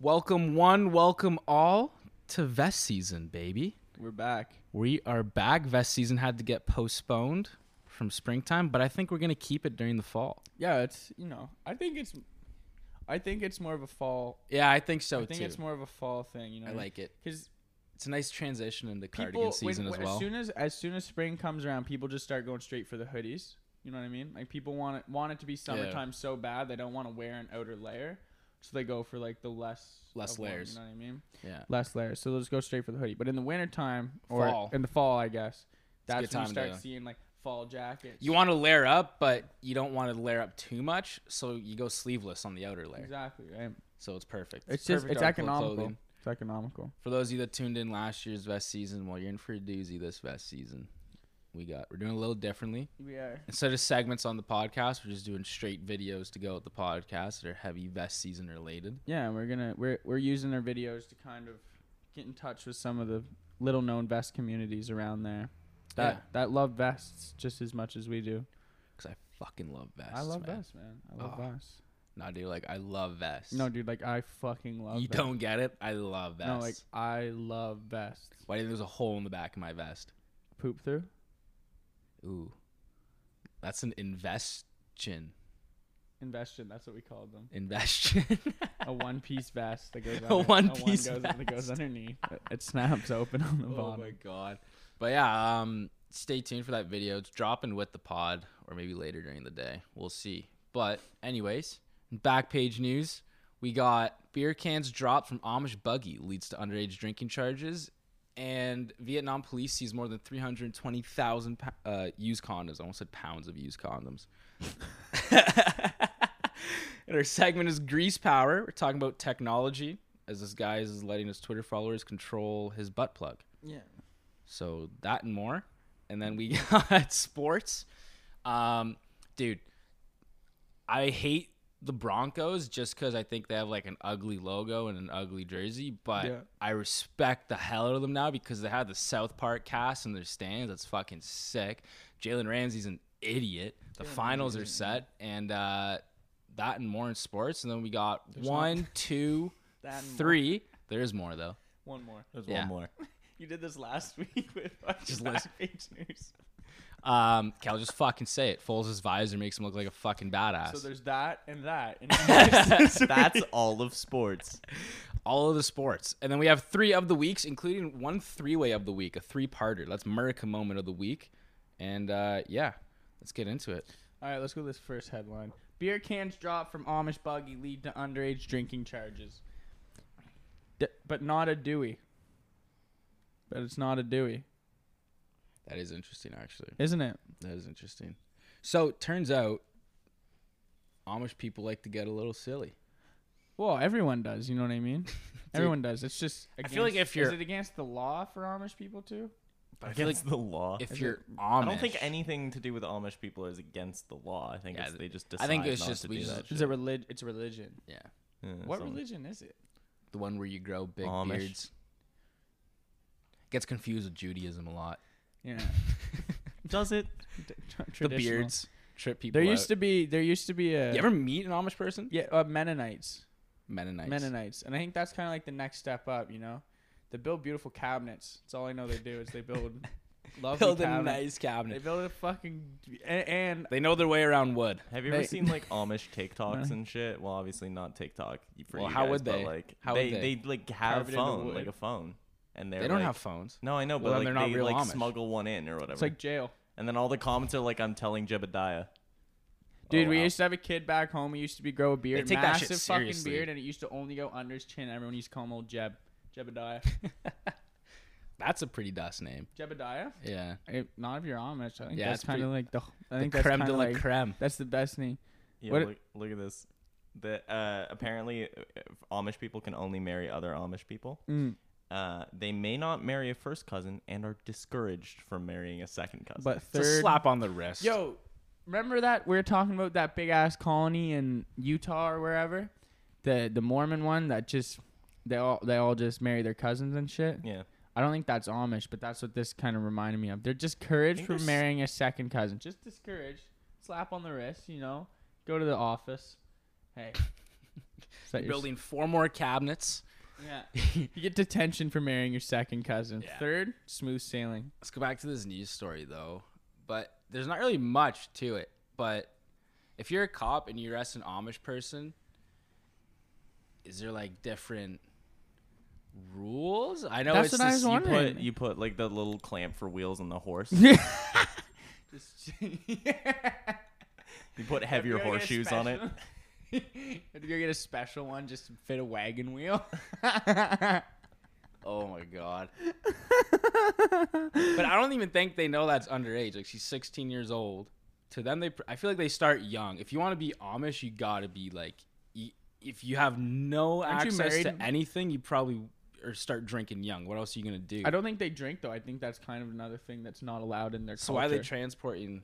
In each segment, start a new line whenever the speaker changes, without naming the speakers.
Welcome one, welcome all to vest season, baby.
We're back.
We are back. Vest season had to get postponed from springtime, but I think we're gonna keep it during the fall.
Yeah, it's you know, I think it's, I think it's more of a fall.
Yeah, I think so
I
Oh,
think
too.
it's more of a fall thing. You
I
know,
like it.
because
It's a nice transition into cardigan
people when-
season
when-
as well.
As soon as as soon as spring comes around, people just start going straight for the hoodies. You know what I mean? Like people want it want it to be summertime so bad they don't want to wear an outer layer, so they go for like the less
Less
of one,
layers.
you know what I mean?
yeah.
Less layers. So they'll just go straight for the hoodie. But in the wintertime or
Fall.
in the fall, I guess
a
that's
good
when you
time
start
to-
seeing like fall jackets.
You want to layer up, but you don't want to layer up too much, so you go sleeveless on the outer layer.
exactly right.
So it's perfect.
It's just
Perfect
it's
article of
economical.
clothing.
It's economical.
For those of you that tuned in last year's vest season, well, you're in for a doozy this vest season. We got we're doing a little differently.
We are.
Instead of segments on the podcast, we're just doing straight videos to go with the podcast that are heavy vest season related.
Yeah, we're gonna we're we're using our videos to kind of get in touch with some of the little known vest communities around there. That
Yeah.
that love vests just as much as we do.
Cause I fucking love vests.
I love
man.
vests, man. I love
Oh,
vests.
No, dude, like I love vests.
No, dude, like I fucking love.
you
vests.
don't get it. I love vests.
No, like I love vests.
Why do you think there's a hole in the back of my vest?
Poop through.
Ooh, that's an investion.
Investion, that's what we called them.
Investion.
A one piece vest that goes
A
under-
one-piece
goes, that goes
vest.
underneath. It, it snaps open on the
oh
bottom.
my god. But yeah, um, stay tuned for that video. It's dropping with the pod, or maybe later during the day. We'll see. But anyways, back page news. We got beer cans dropped from Amish buggy leads to underage drinking charges, and Vietnam police sees more than 320,000 pa- uh, used condoms. I almost said pounds of used condoms. and our segment is Grease Power. We're talking about technology as this guy is letting his Twitter followers control his butt plug.
Yeah.
So that and more. And then we got sports. Um, dude, I hate the Broncos just because I think they have like an ugly logo and an ugly jersey, but
Yeah.
I respect the hell out of them now because they had the South Park cast in their stands. That's fucking sick. Jalen Ramsey's an idiot. The finals are set, and uh, that and more in sports. And then we got one, two,
That and more.
three. There is more though.
One more.
There's
Yeah.
one more.
You did this last week with
Just
just
listen.
last page news.
Um, Cal, just fucking say it. Foles' visor makes him look like a fucking badass.
So there's that and that. And
That's all of sports.
All of the sports. And then we have three of the weeks, including one three way of the week, a three parter. That's Murica moment of the week. And uh, yeah, let's get into it.
All right, let's go to this first headline. Beer cans drop from Amish buggy lead to underage drinking charges. D- but not a Dewey. But it's not a Dewey,
That is interesting, actually.
isn't it?
That is interesting. So turns out Amish people like to get a little silly.
Well, everyone does. You know what I mean? everyone does. It's just. Against,
feel like if you're-
is it against the law for Amish people too?
But I feel like
Against the law.
if
Is
you're
it-
Amish,
I don't think anything to do with Amish people is against the law. I think
Yeah,
it's, they just
I
decide
think it's
not
just-
to
we
do
just-
that.
It's
Shit.
a relig- It's a religion.
Yeah,
Yeah,
What
so-
religion is it?
the one where you grow big
Amish.
beards. Gets confused with Judaism a lot.
Yeah.
Does it?
the
Traditional.
beards trip people.
There used
out.
to be. There used to be a.
You ever meet an Amish person?
Yeah, uh, Mennonites.
Mennonites.
Mennonites. And I think that's kind of like the next step up, you know? They build beautiful cabinets. That's all I know they do is they build lovely
Build a
cabinets.
nice
They
cabinet.
build a fucking and, and
They know their way around wood.
Have you ever
Mate.
seen like Amish TikToks and shit? Well, obviously not TikTok y- for
Well,
you
how
guys,
would
but,
they?
like
How would
they,
they?
like have
Carve it
a
into
phone,
wood.
like a phone, and they're
they don't
like-
have phones.
No, I know,
Well, then
but like
they're not
they
real
like
Amish.
smuggle one in or whatever. Oh,
it's like jail.
and then all the comments are like, "I'm telling Jebediah."
Dude,
Oh,
we
wow.
used to have a kid back home. He used to be grow a beard,
They take that
massive
shit
fucking
seriously.
beard, and it used to only go under his chin. Everyone used to call him old Jeb, Jebediah,
That's a pretty dust name.
Jebediah.
Yeah.
Eh, not if you're Amish. I think
Yeah,
that's
it's
kind of
pretty-
like the. I think
the
that's
creme
kind
de
of
la
like
creme.
that's the best name.
Yeah,
What-
look, look at this. The uh, apparently uh, Amish people can only marry other Amish people.
Mm,
Uh, they may not marry a first cousin and are discouraged from marrying a second cousin.
but
It's a
third,
slap on the wrist.
Yo, remember that we were talking about that big ass colony in Utah or wherever, the the Mormon one that just they all they all just marry their cousins and shit.
yeah,
I don't think that's Amish, but that's what this kind of reminded me of. They're discouraged
think
from
there's-
marrying a second cousin. Just discouraged. Slap on the wrist, you know. Go to the office. Hey, Is that your s-
building four more cabinets.
Yeah. You get detention for marrying your second cousin.
Yeah.
Third, smooth sailing.
Let's go back to this news story though, but there's not really much to it. But if you're a cop and you arrest an Amish person, is there like different rules? I know
That's
it's
what I
this-
was
you put-
wondering.
But you put like the little clamp for wheels on the horse.
Just, yeah.
You put heavier
Gotta get a
horseshoes on it.
special- Have to go get a special one just to fit a wagon wheel.
Oh my god! But I don't even think they know that's underage. Like she's 16 years old. To them, they pr- I feel like they start young. If you want to be Amish, you gotta be like, y- if you have no
Aren't you
access to
married?
anything, you probably or start drinking young. What else are you gonna do?
I don't think they drink though. I think that's kind of another thing that's not allowed in their
So why are
culture.
they transporting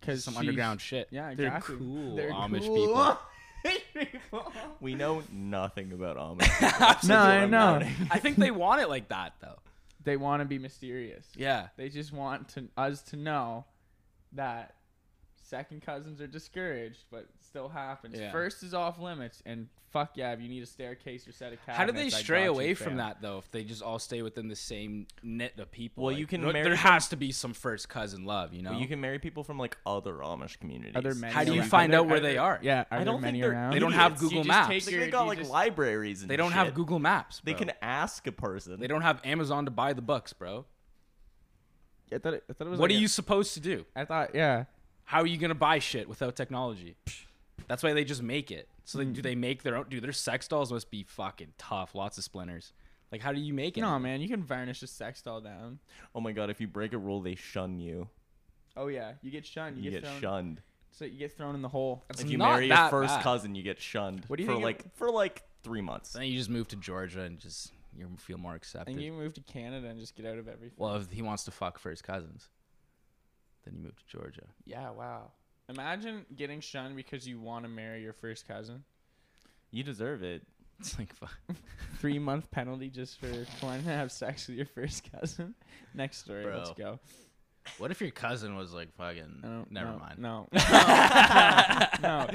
Because
some underground shit?
Yeah,
they're
exactly.
cool
They're
Amish
cool
people.
Amish people.
We know nothing about Amish.
No, I
I'm
know.
learning.
I think they want it like that though.
They want to be mysterious.
Yeah,
They just want to us to know that second cousins are discouraged, but it still happens.
Yeah.
First is off limits, and fuck yeah, if you need a staircase or set of cabinets.
how do they
I
stray
got you,
away from
fam.
that though? If they just all stay within the same knit of people,
Well,
Like,
you can
there-
marry
there
them-
has to be some first cousin love, you know.
You can marry people from like other Amish communities.
Are there many
How do you
around?
find
Are
out
there-
where
are
they
there-
are?
Yeah, are
I don't
there many
think they're
around?
They don't have
idiots. You
Google
just
Maps.
Take, like,
Your-
they got
you
like
just-
libraries. And
They don't have
shit.
Google Maps.
They
bro.
can ask a person.
They don't have Amazon to buy the books, bro.
I thought it, I thought it was
What
like
are
a-
you supposed to do?
I thought yeah.
How are you gonna buy shit without technology? That's why they just make it. So they,
Hmm.
do they make their own? Dude, their sex dolls must be fucking tough. Lots of splinters. Like, how do you make it?
No man, you can varnish a sex doll down.
Oh my god! If you break a rule, they shun you.
Oh yeah, you get shunned. You,
You
get,
get
thrown.
shunned.
So you get thrown in the hole.
It's
If you
not
marry a
that
first
bad.
cousin, you get shunned
What do you
for
think it-
like for like three months.
Then you just move to Georgia and just you feel more accepted.
And you move to Canada and just get out of everything.
well, if he wants to fuck first cousins, then you move to Georgia.
Yeah, wow. Imagine getting shunned because you want to marry your first cousin.
You deserve it.
It's like fuck.
Three month penalty just for trying to have sex with your first cousin. Next story, let's
Bro.
go.
What if your cousin was like fucking?
I don't-
never
no,
mind.
No. No. no.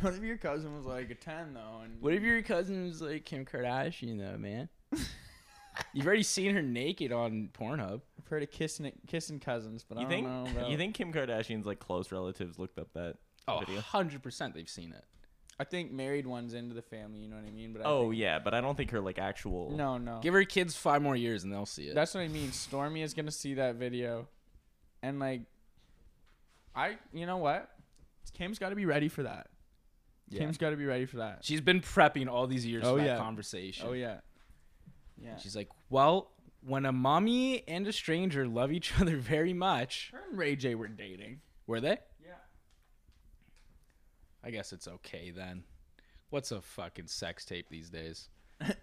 what if your cousin was like a ten though? And
What if your cousin was like Kim Kardashian though, man? You've already seen her naked on Pornhub.
I've heard of kissing kissing cousins, but I
You
don't
think
know. About,
you think Kim Kardashian's like close relatives looked up that
Oh,
video?
100% they've seen it.
I think married ones into the family. You know what I mean? But I
Oh
think-
yeah, but I don't think her like actual.
no, no.
Give her kids five more years and they'll see it.
That's what I mean. Stormy is gonna see that video, and like, I, you know what? Kim's got to be ready for that.
Yeah.
Kim's got to be ready for that.
She's been prepping all these years
Oh,
for that
yeah.
conversation.
Oh yeah, yeah.
She's like, well, when a mommy and a stranger love each other very much,
Her and Ray J were dating.
were they?
Yeah.
I guess it's okay then. What's a fucking sex tape these days?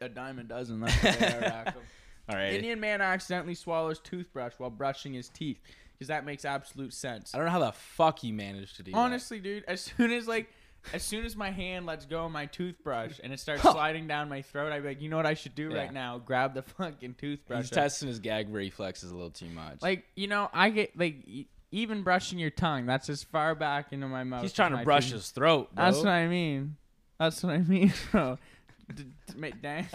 a dime a dozen. That's what they are, Rackham.
All right.
Indian man accidentally swallows toothbrush while brushing his teeth because that makes absolute sense.
I don't know how the fuck he managed to do that.
Honestly, dude, as soon as like, as soon as my hand lets go of my toothbrush and it starts sliding down my throat, I'd be like, you know what I should do
Yeah.
right now? Grab the fucking toothbrush.
He's testing his gag reflexes a little too much.
Like you know, I get like e- even brushing your tongue. That's as far back into my mouth.
He's
as
trying
my
to brush
teeth.
his throat. Bro.
That's what I mean. That's what I mean, bro. D- d- make- dang.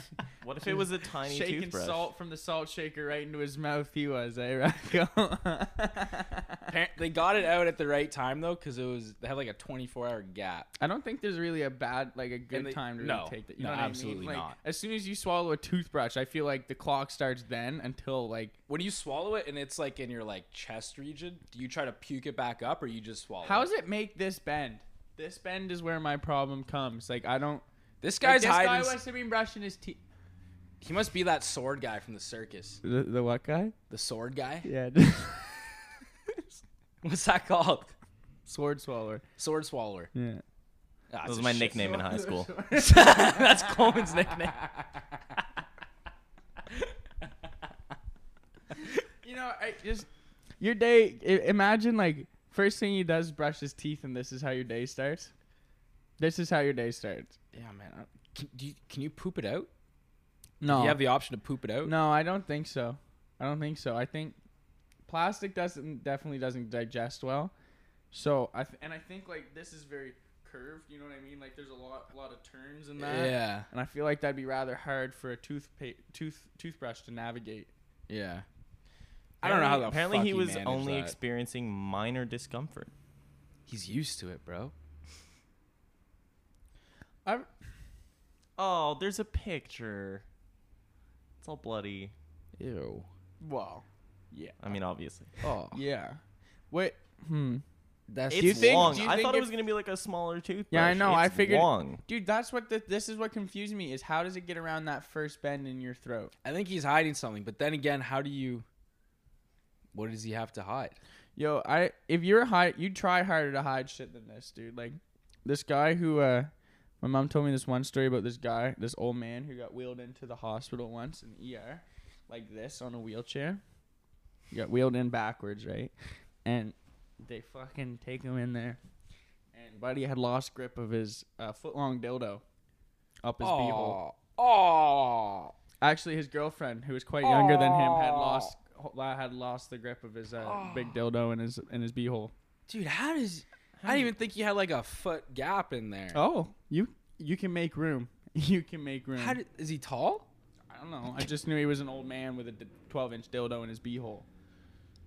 What if it was a tiny
Shaking
toothbrush?
salt from the salt shaker right into his mouth. He was, eh, Rocco?
Appar- they got it out at the right time though, because it was they had like a 24 hour gap.
I don't think there's really a bad, like a good
And they-
time to really
no,
take that. You
no,
know what
absolutely
I mean? Like,
not.
As soon as you swallow a toothbrush, I feel like the clock starts then until like.
When you swallow it and it's like in your like chest region, do you try to puke it back up or you just swallow?
How does it make this bend? This bend is where my problem comes. Like I don't.
This
Like,
guy's
this
hiding.
guy
s-
must have been brushing his teeth.
He must be that sword guy from the circus.
The, the what guy?
The sword guy.
Yeah.
What's that called?
Sword swallower.
Sword swallower.
Yeah.
Ah,
That
it's
was
a
my
shit-
nickname in high school.
That's Coleman's nickname.
You know, I just your day. i- Imagine like first thing he does, brush his teeth, and this is how your day starts. This is how your day starts.
Yeah, man. I- Can, do you, can you poop it out? Do
No,
You have the option to poop it out.
no, I don't think so. I don't think so. I think plastic doesn't definitely doesn't digest well. So I th- and I think like this is very curved. You know what I mean? Like there's a lot, lot of turns in that.
Yeah.
And I feel like that'd be rather hard for a toothpaste, tooth, toothbrush to navigate.
Yeah. I don't know how the
Apparently,
fuck
he was
managed
only
that.
experiencing minor discomfort.
He's used to it, bro.
I,
Oh, there's a picture. It's all bloody.
Ew.
well, yeah,
I mean, obviously.
Oh,
yeah. Wait, hmm.
that's
It's
you think-
long.
do you
I
think
thought it
if-
was gonna be like a smaller toothbrush.
I know, I
It's
figured-
long.
Dude, that's what the, this is. What confused me is how does it get around that first bend in your throat?
I think he's hiding something, but then again, how do you? What does he have to hide?
Yo, I if you're high, you'd try harder to hide shit than this, dude. Like this guy who, uh, my mom told me this one story about this guy, this old man who got wheeled into the hospital once in the ER, like this on a wheelchair. He got wheeled in backwards, right? And they fucking take him in there, and buddy had lost grip of his uh, foot long dildo up his beehole.
oh,
Actually, his girlfriend, who was quite younger than him, had lost had lost the grip of his uh, big dildo in his in his beehole.
dude, how does? I didn't even think you had like a foot gap in there.
Oh, you you can make room. You can make room.
How did, is he tall?
I don't know. I just knew he was an old man with a d- 12 inch dildo in his beehole,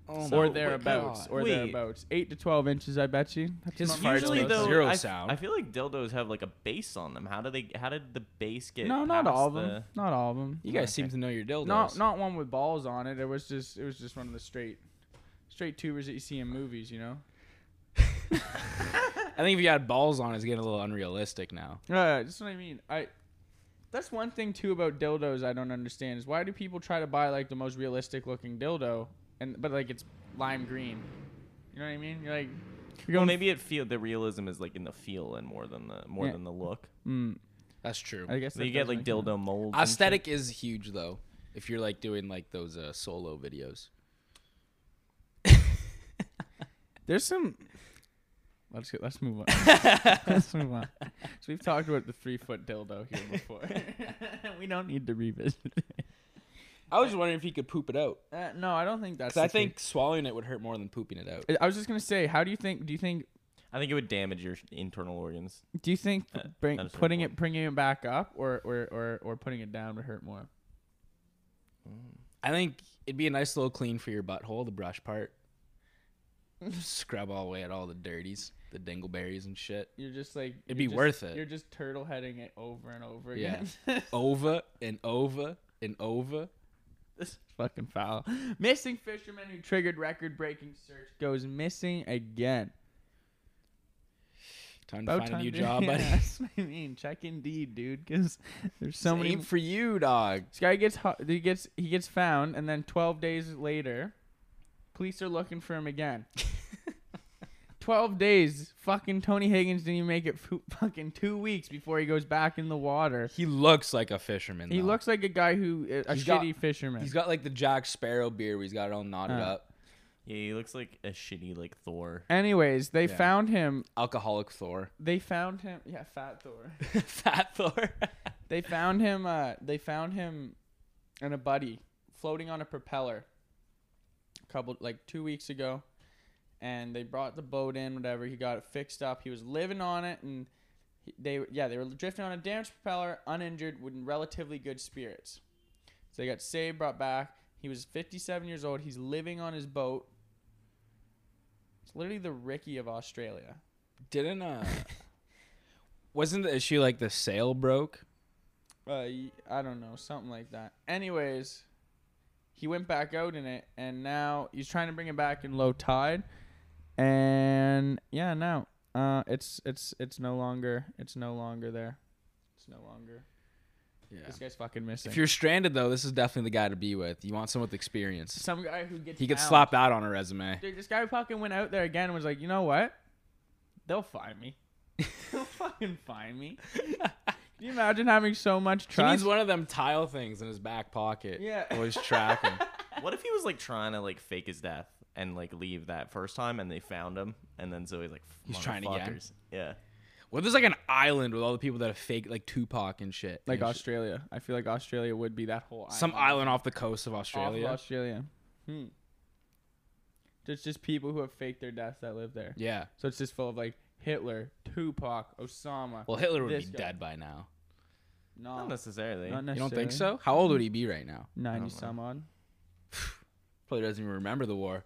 Oh
or
my
thereabouts,
God.
or
Wait.
thereabals. Eight to 12 inches, I bet you. That's
His
not much
farts
Usually
make
dildo.
though,
zero
I, f-
sound.
I feel like dildos have like a base on them. How do they? How did the base get?
no, not all of
past
them. Not all of them.
you guys
Okay.
seem to know your dildos.
Not not one with balls on it. It was just it was just one of the straight straight tubers that you see in movies. You know.
I think if you had balls on, it's getting a little unrealistic now.
Yeah, Uh, that's what I mean. I that's one thing too about dildos I don't understand is why do people try to buy like the most realistic looking dildo and but like it's lime green. You know what I mean? You're like you're
Well,
going
maybe it feel the realism is like in the feel and more than the more
Yeah.
than the look.
mm,
That's true.
I guess
So
that
you get
does
like
make sense.
dildo molds. and shit.
Aesthetic is huge though. If you're like doing like those uh, solo videos,
There's some Let's go, let's move on. let's move on. So we've talked about the three foot dildo here before. we don't need to revisit. it.
I was wondering if he could poop it out.
Uh, no, I don't think that's.
Because I
the thing.
think swallowing it would hurt more than pooping it out.
I- I was just gonna say, how do you think? Do you think
I think it would damage your internal organs.
Do you think
Uh,
bring,
that is
putting
important.
it bringing it back up or or, or or putting it down would hurt more?
I think it'd be a nice little clean for your butthole, the brush part. Scrub all the way at all the dirties, the dingleberries and shit.
You're just like
It'd
you're
be
just-
worth it.
You're just turtle heading it over and over
Yeah.
again.
Over and over and over.
this is fucking foul. Missing fisherman who triggered record breaking search goes missing again.
Time to
About
find
time
a new
to-
job,
yeah,
buddy.
That's what I mean. Check indeed, dude, because there's so many.
Aim for you, dog.
This guy gets ho- he gets he gets found, and then 12 days later, police are looking for him again. 12 days. Fucking Tony Higgins didn't even make it fu- fucking two weeks before he goes back in the water.
He looks like a fisherman.
He
though.
looks like a guy who uh, a
He's got-
shitty fisherman.
He's got like the Jack Sparrow beard. Where he's got it all knotted
Uh.
up.
Yeah, he looks like a shitty like Thor.
Anyways, they
Yeah.
found him.
Alcoholic Thor.
They found him. Yeah, Fat Thor.
Fat Thor.
They found him. Uh, they found him and a buddy floating on a propeller. A couple like two weeks ago, and they brought the boat in. Whatever he got it fixed up. He was living on it, and he- they yeah they were drifting on a damaged propeller, uninjured, with relatively good spirits. So they got saved, brought back. He was 57 years old. He's living on his boat. It's literally the Ricky of Australia.
Didn't uh. Wasn't the issue like the sail broke?
uh, y- I don't know, something like that. Anyways, he went back out in it, and now he's trying to bring it back in low tide, and yeah, now uh, it's it's it's no longer it's no longer there. It's no longer.
Yeah.
This guy's fucking missing.
If you're stranded though, this is definitely the guy to be with. You want someone with experience.
some guy who gets
He could
found.
slap that on a resume.
Dude, this guy fucking went out there again and was like, you know what? They'll find me. They'll fucking find me. Can you imagine having so much
He needs
trust?
one of them tile things in his back pocket.
Yeah.
Always tracking.
What if he was like trying to like fake his death and like leave that first time and they found him and then so he's like
He's trying again.
"Motherfuckers." Yeah.
well, there's like an island with all the people that have fake like Tupac and shit.
like
And sh-
Australia, I feel like Australia would be that whole
some island off the coast of Australia.
Australia. Australia. Hmm. There's just people who have faked their deaths that live there.
yeah.
So it's just full of like Hitler, Tupac, Osama.
Well, Hitler would
This
be
guy.
dead by now.
no, Oh.
Not necessarily.
not
You don't
necessarily.
think so? How old would he be right now?
Ninety
know.
some odd.
Probably doesn't even remember the war.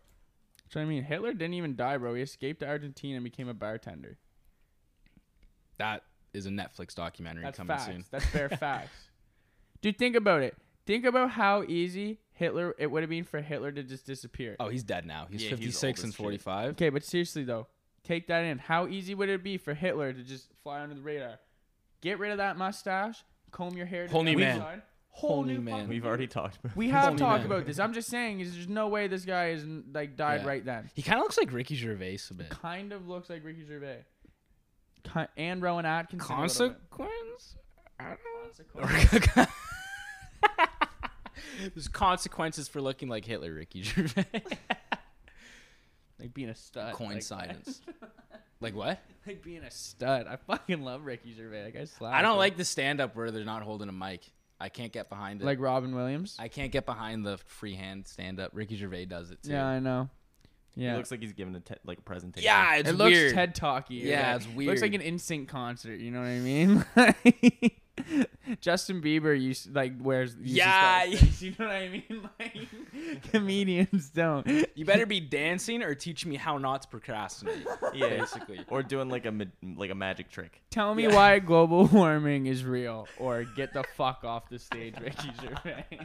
So I mean, Hitler didn't even die, bro. He escaped to Argentina and became a bartender.
That is a Netflix documentary
That's
coming
facts.
soon.
That's bare facts. Dude, think about it. Think about how easy Hitler it would have been for Hitler to just disappear.
Oh, he's dead now. He's
Yeah, he's
56
old
and
as shit.
45.
Okay, but seriously though, take that in. How easy would it be for Hitler to just fly under the radar? Get rid of that mustache, comb your hair. To
Whole
the
new
other
man.
side,
Whole new man.
fucking-
We've already talked about
We
this.
have
new
talked
man.
about this. I'm just saying, is there's no way this guy is like died
Yeah.
right then.
He kind of looks like Ricky Gervais a bit.
Kind of looks like Ricky Gervais, Ki- and Rowan Atkinson. a little bit.
Consequence? I don't know.
Consequence.
There's consequences for looking like Hitler, Ricky Gervais.
like being a stud.
Coin
like-
silence. like what?
like being a stud. I fucking love Ricky Gervais. Like, I slap.
I don't
him.
like the stand up where they're not holding a mic. I can't get behind it.
like Robin Williams.
I can't get behind the freehand stand up. Ricky Gervais does it too.
yeah, I know. Yeah,
He looks like he's giving a te- like a presentation.
Yeah, it's
it looks
weird.
TED talky.
Yeah, it's
Looks like an
weird.
instant concert. You know what I mean? Justin Bieber used like wears. uses
Yeah.
those things, you know what I mean? Like comedians don't.
you better be dancing or teach me how not to procrastinate.
Yeah.
basically.
Or doing like a ma- like a magic trick.
Tell me
Yeah.
why global warming is real, or get the fuck off the stage, Ricky Gervais.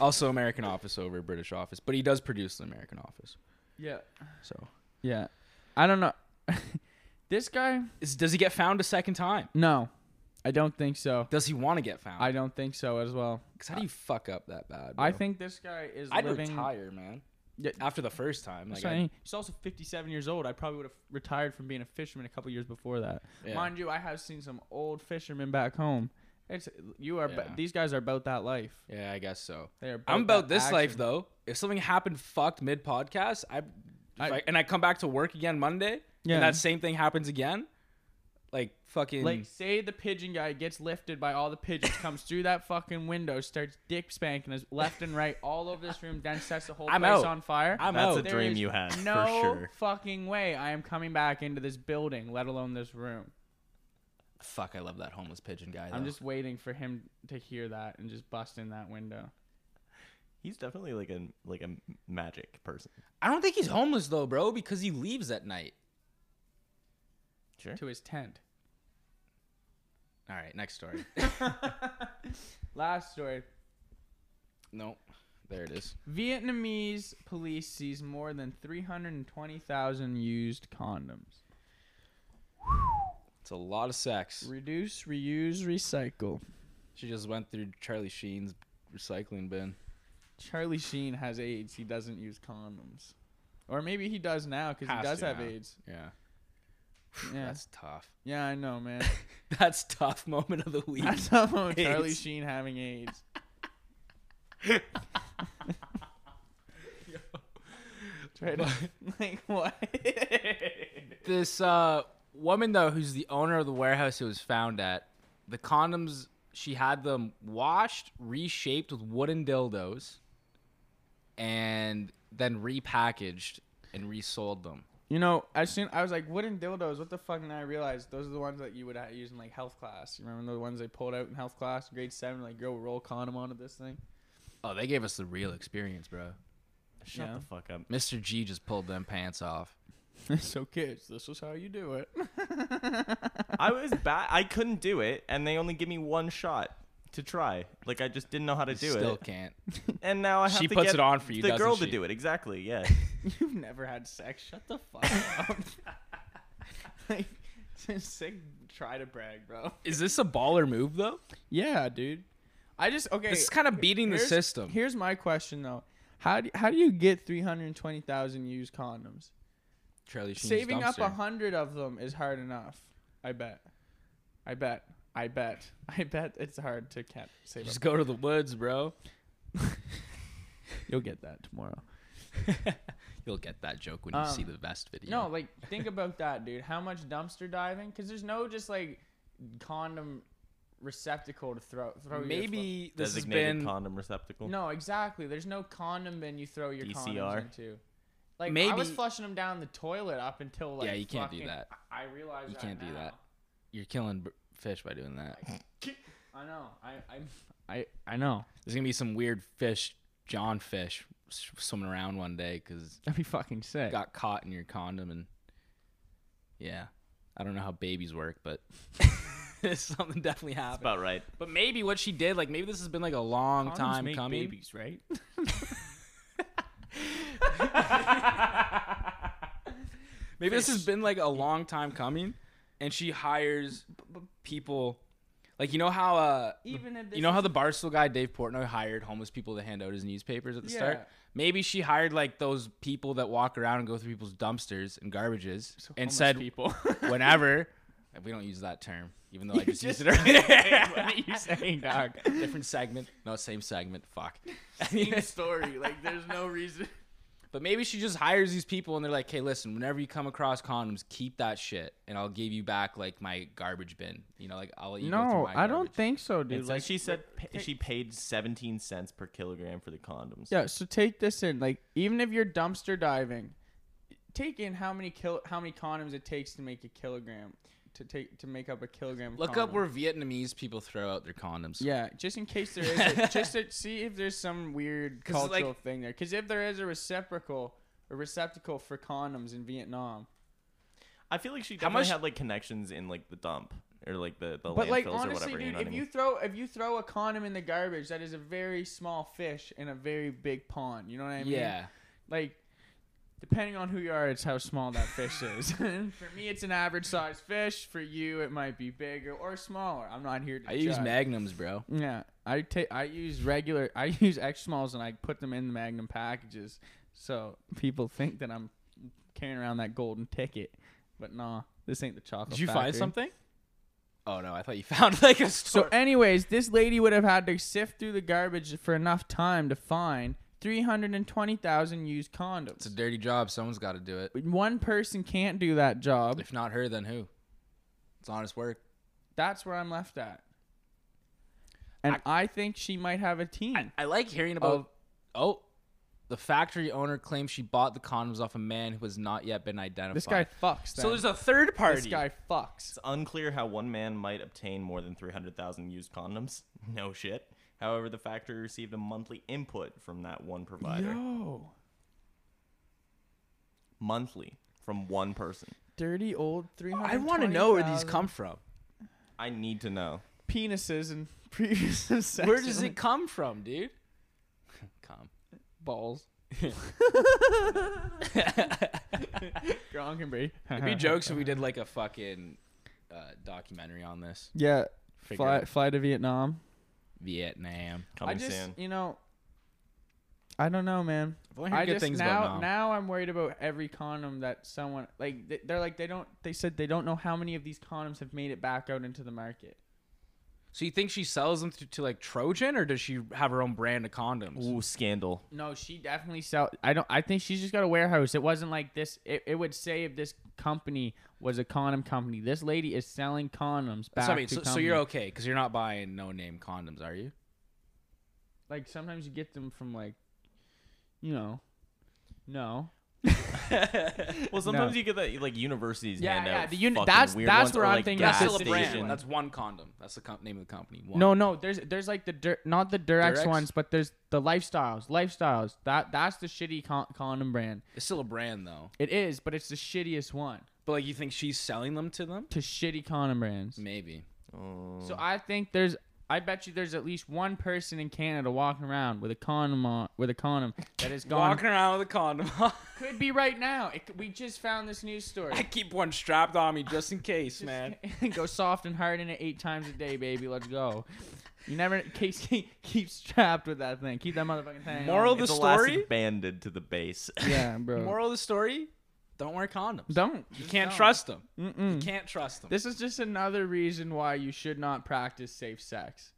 Also, American Office over British Office, but he does produce the American Office.
yeah,
So,
yeah. I don't know. this guy,
Is, does he get found a second time?
no, I don't think so.
Does he want to get found?
I don't think so as well.
'Cause how do you fuck up that bad?
I
bro?
think this guy is
I'd
living.
retire, man.
Yeah.
After the first time,
That's
like
what I
I,
mean. He's also 57 years old. I probably would have retired from being a fisherman a couple years before that.
Yeah.
Mind you, I have seen some old fishermen back home. It's you are.
Yeah.
These guys are about that life.
yeah, I guess so.
They are.
I'm about
that
this life
action.
though. If something happened, fucked mid podcast, I, if
I-
I- and I come back to work again Monday,
Yeah.
and that same thing happens again, like fucking
Like, say the pigeon guy gets lifted by all the pigeons, comes through that fucking window, starts dick spanking us left and right all over this room, then sets the whole
I'm
place
out.
on fire.
I'm
That's
out.
a
There
dream
is
you had
no
for sure.
fucking way I am coming back into this building, let alone this room.
Fuck, I love that homeless pigeon guy.
I'm
though.
just waiting for him to hear that and just bust in that window.
He's definitely like a like a magic person.
I don't think he's homeless though, bro, because he leaves at night.
Sure.
to his tent.
All right, next story.
Last story.
nope, there it is.
Vietnamese police seize more than 320,000 used condoms.
It's a lot of sex.
Reduce, reuse, recycle.
She just went through Charlie Sheen's recycling bin.
Charlie Sheen has AIDS. He doesn't use condoms. Or maybe he does now because he
Has
does
to
have
now.
AIDS.
Yeah,
Yeah.
that's tough.
yeah, I know, man.
That's tough moment of the week.
That's how about Charlie
AIDS.
Sheen having AIDS. Try to, like, what?
this uh, woman though, who's the owner of the warehouse it was found at, the condoms she had them washed, reshaped with wooden dildos, and then repackaged and resold them.
You know, as soon I was like wooden dildos. What the fuck? And I realized those are the ones that you would uh, use in like health class. You remember the ones they pulled out in health class, grade seven? Like, go roll condom onto this thing.
Oh, they gave us the real experience, bro.
Shut
Yeah.
the fuck up.
Mr. G just pulled them pants off.
so kids, this is how you do it.
I was bad. I couldn't do it, and they only give me one shot to try. Like I just didn't know how to do
Still
it,
can't.
and now I have
She
to
puts
get
it on for you,
The
doesn't
girl
she?
to do it exactly. Yeah.
You've never had sex. Shut the fuck up. like, sick. Try to brag, bro.
Is this a baller move though?
Yeah, dude. I just okay.
This is kind of beating the
here's-
system.
Here's my question though. How do, how do you get 320,000 used condoms?
Charlie Sheen's
Saving up
dumpster.
a hundred of them is hard enough. I bet. I bet. I bet. I bet it's hard to cap save
Just
up.
go to the woods, bro.
You'll get that tomorrow.
You'll get that joke when you
Um,
see the vest video.
No, like think about that, dude. How much dumpster diving? Because there's no just like condom receptacle to throw. throw your
maybe this has
Designated
been
condom
fo-
receptacle.
no, exactly. There's no condom bin you throw your
DCR.
condoms into. Like I was
Maybe-
flushing them down the toilet up until like
Yeah, you can't do
fucking-
that.
I realize
You
that
can't do
now.
that. You're killing b- fish by doing that.
I know. I I'm, I I know.
There's gonna be some weird fish, John fish, s- swimming around one day because
That'd be fucking sick.
got caught in your condom and yeah. I don't know how babies work, but something definitely
That's
happened.
about right.
But maybe what she did, like maybe this has been like a long time coming.
babies, right?
Maybe this has been like a long time coming, and she hires people. Like you know how uh
Even if
you know how the Barstool guy Dave Portnoy hired homeless people to hand out his newspapers at the start.
Yeah.
Maybe she hired like those people that walk around and go through people's dumpsters and garbages and
homeless
said
people.
whenever. We don't use that term, even though I just, used it
Hey, what
earlier.
are you saying, dog?
Different segment, no same segment. Fuck.
Same story. Like there's no reason.
But maybe she just hires these people and they're like, hey, listen, whenever you come across condoms, keep that shit and I'll give you back like my garbage bin. You know, like I'll let you go through
No,
my
I don't
garbage."
think so, dude.
It's
like
like she said, pa- she paid 17 cents per kilogram for the condoms.
Yeah, so take this in. Like, even if you're dumpster diving, take in how many kil- how many condoms it takes to make a kilogram to take to make up a kilogram. of
Look up
condom.
where Vietnamese people throw out their condoms.
Yeah, just in case there is, a, just to see if there's some weird
'Cause, like-
cultural thing there. Because if there is a reciprocal, a receptacle for condoms in Vietnam,
I feel like she
How
definitely
much-
had like connections in like the dump or like the the
but
landfills
like
or
honestly,
whatever. you
dude,
know what I
if
mean?
you throw if you throw a condom in the garbage, that is a very small fish in a very big pond. You know what I mean?
Yeah.
like depending on who you are it's how small that fish is for me it's an average sized fish for you it might be bigger or smaller i'm not here to
I use
judge.
magnums, bro.
yeah i take i use regular i use x smalls and i put them in the magnum packages so people think that i'm carrying around that golden ticket but nah this ain't the chocolate
Did you
factory.
find something? Oh no, I thought you found like a
so
store.
anyways this lady would have had to sift through the garbage for enough time to find 320000 used condoms
it's a dirty job. Someone's got to do it.
one person can't do that job.
If not her, then who? It's honest work.
That's where I'm left at. And I, think she might have a team.
I like hearing about.
of-
oh, the factory owner claims she bought the condoms off a man who has not yet been identified.
this guy fucks.
So
then.
there's a third party.
this guy fucks.
It's unclear how one man might obtain more than 300,000 used condoms. No shit. However, the factory received a monthly input from that one provider.
Yo,
Monthly from one person.
dirty old three hundred.
I want to know where these come from.
I need to know.
Penises and previous sex.
Where does it come from, dude? come.
balls? Gronk and Brady.
It'd be jokes if we did like a fucking uh, documentary on this.
Yeah,
Figure
fly
out
fly to Vietnam.
Vietnam.
Coming
I just
soon.
you know. I don't know, man.
I've only heard
I
good
just
things
now,
about Nam.
now I'm worried about every condom that someone like they- they're like they don't they said they don't know how many of these condoms have made it back out into the market.
So you think she sells them to, to like Trojan, or does she have her own brand of condoms?
Ooh, scandal.
No, she definitely sell. I don't. I think she's just got a warehouse. It wasn't like this. It, it would say if this company was a condom company. This lady is selling condoms back
So, I mean,
to
so, so
company.
you're okay because you're not buying no name condoms, are you?
like sometimes you get them from like, you know, no.
Well, sometimes you get that like universities
Yeah,
hand
yeah,
out
the uni-
fucking
that's-
weird
that's
ones,
where
or,
I'm
like,
thinking
That's
gas
Yeah,
still a
it's
brand.
different.
That's one condom. That's the com- name of the company. One.
No, no. There's there's like the dir- not the Durex,
Durex?
ones, but there's the lifestyles. Lifestyles. That that's the shitty con- condom brand.
it's still a brand though.
It is, but it's the shittiest one
But like, you think she's selling them to them?
to shitty condom brands.
Maybe.
Oh.
So I think there's. I bet you there's at least one person in Canada walking around with a condom on, with a condom that is gone.
Walking around with a condom. on.
Could be right now. It, could- we just found this news story.
I keep one strapped on me just in case,
Just
man.
go soft and hard in it eight times a day, baby. Let's go. You never keep, keep strapped with that thing. Keep that motherfucking thing.
Moral
on.
of the
it's
story?
elastic banded to the base.
yeah, bro.
Moral of the story: Don't wear condoms.
Don't.
You
Just
can't
don't.
trust them. You
Mm-mm.
can't trust them.
This is just another reason why you should not practice safe sex.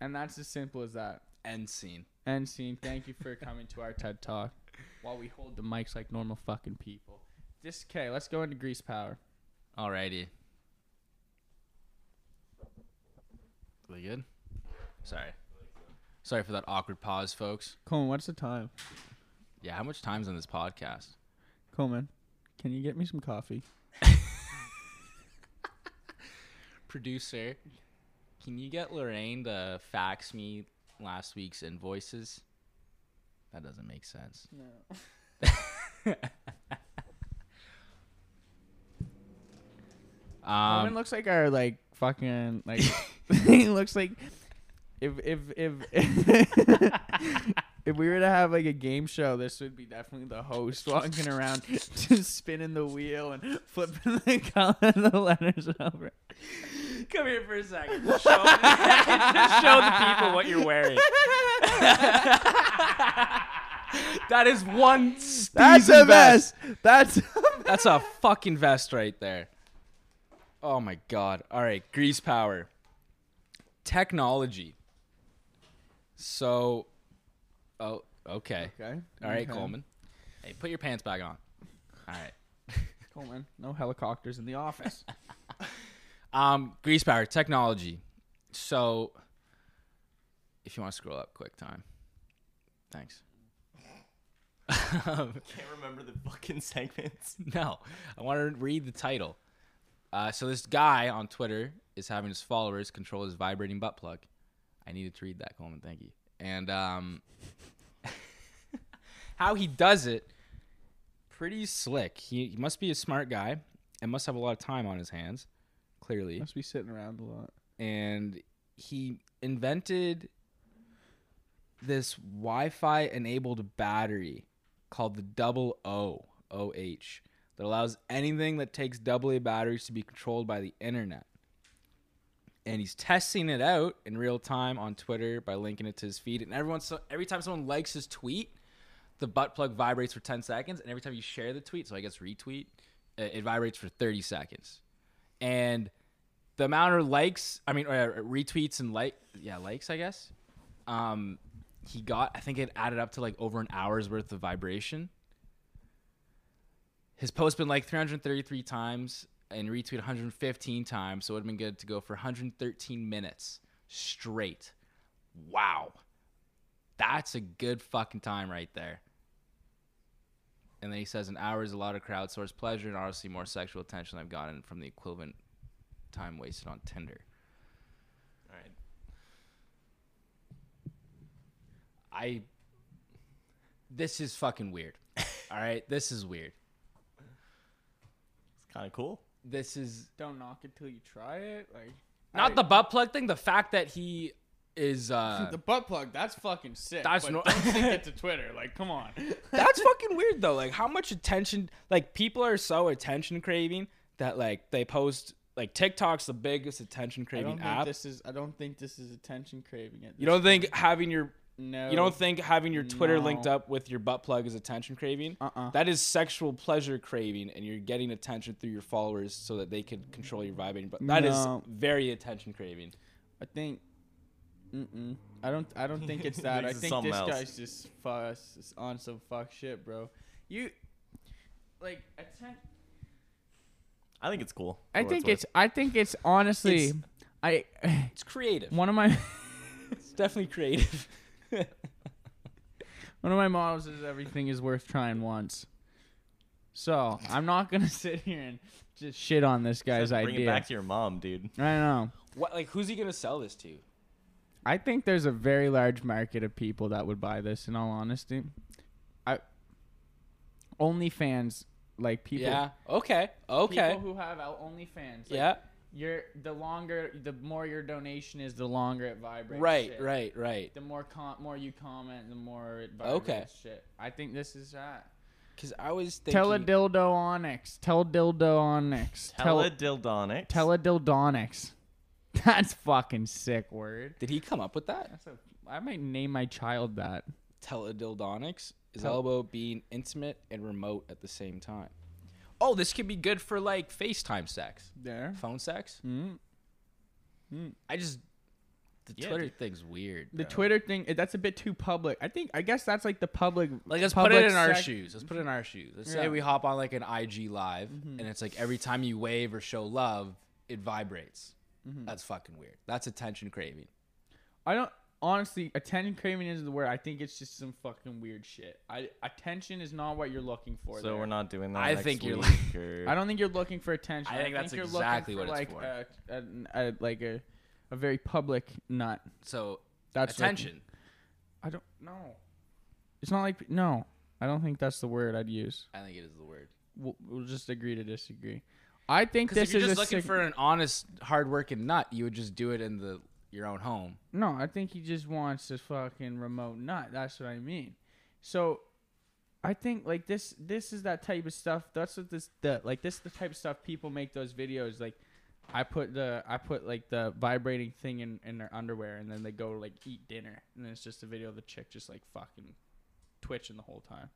And that's as simple as that.
End scene.
End scene. Thank you for coming to our TED Talk while we hold the mics like normal fucking people. Just okay, let's go into grease power.
Alrighty. We good? Sorry. Sorry for that awkward pause, folks.
Colin, what's the time?
Yeah, how much time's on this podcast?
Coleman, can you get me some coffee?
Producer, can you get Lorraine to fax me last week's invoices? That doesn't make sense.
No. Coleman
Um,
looks like our like fucking like he looks like if if if if we were to have like a game show, this would be definitely the host walking around just spinning the wheel and flipping the color the letters over.
come here for a second. Show, show the people what you're wearing. that is one.
That's
season
a mess. That's a mess.
That's a fucking vest right there. Oh my god. All right, grease power. Technology. So Oh, okay.
Okay.
All right, Coleman. Hey, put your pants back on. All right.
Coleman, no helicopters in the office.
Um grease power technology. So if you want to scroll up quick time. Thanks. um,
Can't remember the fucking segments.
No, I want to read the title. Uh, so this guy on Twitter is having his followers control his vibrating butt plug. I needed to read that, Coleman. Thank you. And um, how he does it, pretty slick. He, he must be a smart guy and must have a lot of time on his hands, clearly.
Must be sitting around a lot.
And he invented this Wi-Fi enabled battery called the double O O H that allows anything that takes AA batteries to be controlled by the internet. And he's testing it out in real time on Twitter by linking it to his feed. And everyone, so every time someone likes his tweet, the butt plug vibrates for 10 seconds. And every time you share the tweet, so I guess retweet, uh, it vibrates for 30 seconds. And the amount of likes, I mean, uh, retweets and like, yeah, likes, I guess, um, he got, I think it added up to like over an hour's worth of vibration. His post been like 333 times and retweet 115 times, so it would have been good to go for 113 minutes straight. Wow. That's a good fucking time right there. And then he says an hour is a lot of crowdsourced pleasure and honestly more sexual attention I've gotten from the equivalent time wasted on Tinder.
All right.
I this is fucking weird. All right, this is weird.
It's kind of cool.
This is
Don't knock it till you try it. Like
not
I-
the butt plug thing. The fact that he is uh,
the butt plug. That's fucking sick.
That's
but
no-
don't sync it to Twitter. Like, come on.
that's fucking weird though. Like how much attention? Like people are so attention craving that like they post like TikTok's the biggest attention
I
craving
don't
app.
think this is. I don't think this is attention craving. At
you
this
don't think having your
No.
you don't think having your Twitter
No.
linked up with your butt plug is attention craving?
Uh-uh.
That is sexual pleasure craving, and you're getting attention through your followers so that they can control your vibing. But that is
No.
very attention craving.
I think. Mm-mm. I don't. I don't think it's that. I
Thinks it's
think
something
this
else.
guy's just fuss is on some fuck shit, bro. You. Like atten-
I think it's cool.
I
for what
think
worth.
it's. I think it's honestly.
It's-
I.
It's creative.
One of my.
It's definitely creative.
One of my models is everything is worth trying once. So I'm not gonna sit here and just shit on this
Bring
guy's
it
idea.
back to your mom, dude.
I know.
what like who's he gonna sell this to?
I think there's a very large market of people that would buy this. In all honesty, I OnlyFans like people.
Yeah. Okay. Okay.
People who have out- OnlyFans. Like,
yeah.
You're the longer, the more your donation is, the longer it vibrates.
Right.
shit.
Right. Right.
The more com- more you comment, the more it vibrates.
Okay.
Shit. I think this is that.
Because I was thinking.
Teledildo Onyx. Teledildo Onyx. Tel-
Teledildonic.
Teledildonics. That's fucking sick word.
did he come up with that?
That's a, I might name my child that.
Teledildonics is
Tel-
elbow being intimate and remote at the same time. Oh, this could be good for like FaceTime sex,
There.
phone sex.
Mm.
I just the
Yeah,
Twitter
dude.
thing's weird.
Mm-hmm. The
bro.
Twitter thing, eh, that's a bit too public. I think, I guess that's like the public.
Like let's put
public
it in our
sec-
shoes. Let's put it in our shoes. Let's
Yeah. Mm-hmm.
say we hop on like an IG live and it's like every time you wave or show
Mm-hmm.
love, it vibrates. That's fucking weird. That's attention craving.
I don't, honestly, attention craving is the word. I think it's just some fucking weird shit. I attention is not what you're looking for.
So we're
there.
not doing that.
I
next
think you're
week,
like-
or-
I don't think you're looking for attention.
I think that's
you're
exactly
looking
what it's
for, like, A, a, a, like a, a very public nut.
So
That's what-
attention.
I don't know. It's not like no. I don't think that's the word I'd use.
I think it is the word.
We'll, we'll just agree to disagree. I think
Because
this
if you're
is
just
a
looking
sig-
for an honest, hardworking nut, you would just do it in the your own home.
No, I think he just wants this fucking remote nut. That's what I mean. So, I think like this. This is that type of stuff. That's what this. The like this is the type of stuff people make those videos. Like, I put the I put like the vibrating thing in in their underwear, and then they go like eat dinner, and then it's just a video of the chick just like fucking twitching the whole time.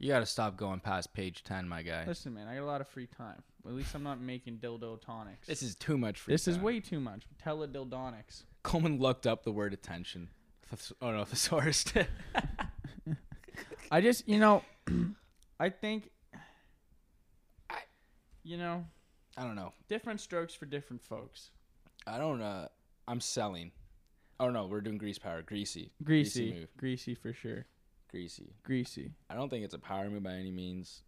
You got to stop going past page ten, my guy.
Listen, man, I got a lot of free time. At least I'm not making dildo tonics.
This is too much. Free
this is
time.
way too much. Teledildonics.
Coleman looked up the word attention. Thes- Oh no, thesaurus.
I just, you know, I think, I, you know,
I don't know.
different strokes for different folks.
I don't. Uh, I'm selling. Oh no, we're doing grease power. Greasy.
Greasy,
Greasy
greasy,
move.
for sure.
Greasy.
Greasy.
I don't think it's a power move by any means.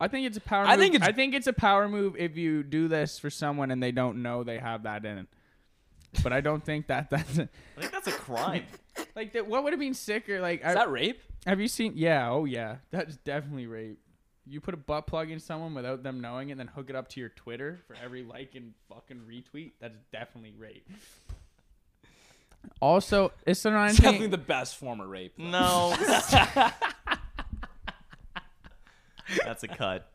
I think it's a power.
I
move.
think it's-
I think it's a power move if you do this for someone and they don't know they have that in it. But I don't think that that's a,
I think that's a crime.
like that. What would have been sicker? Like, I,
Is that rape?
have you seen? Yeah, oh yeah, that's definitely rape. You put a butt plug in someone without them knowing it, and then hook it up to your Twitter for every like and fucking retweet. That's definitely rape. Also, it's an
It's definitely the best form of rape.
Mm.
though.
no. that's a cut.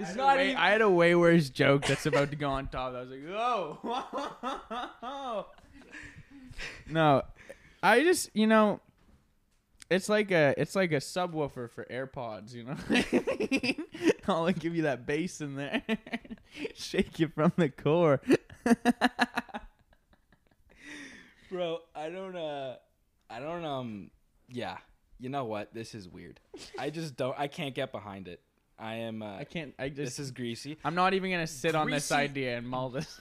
it's
not
not even.
I had a way worse joke that's about to go on top. I was like, whoa. no, I just you know, it's like a it's like a subwoofer for AirPods. You know, I'll like, give you that bass in there, shake you from the core.
Bro, I don't uh I don't um yeah. You know what? This is weird. I just don't I can't get behind it. I am uh
I can't. I just.
this is greasy.
I'm not even gonna sit on this
Greasy.
idea and mull this.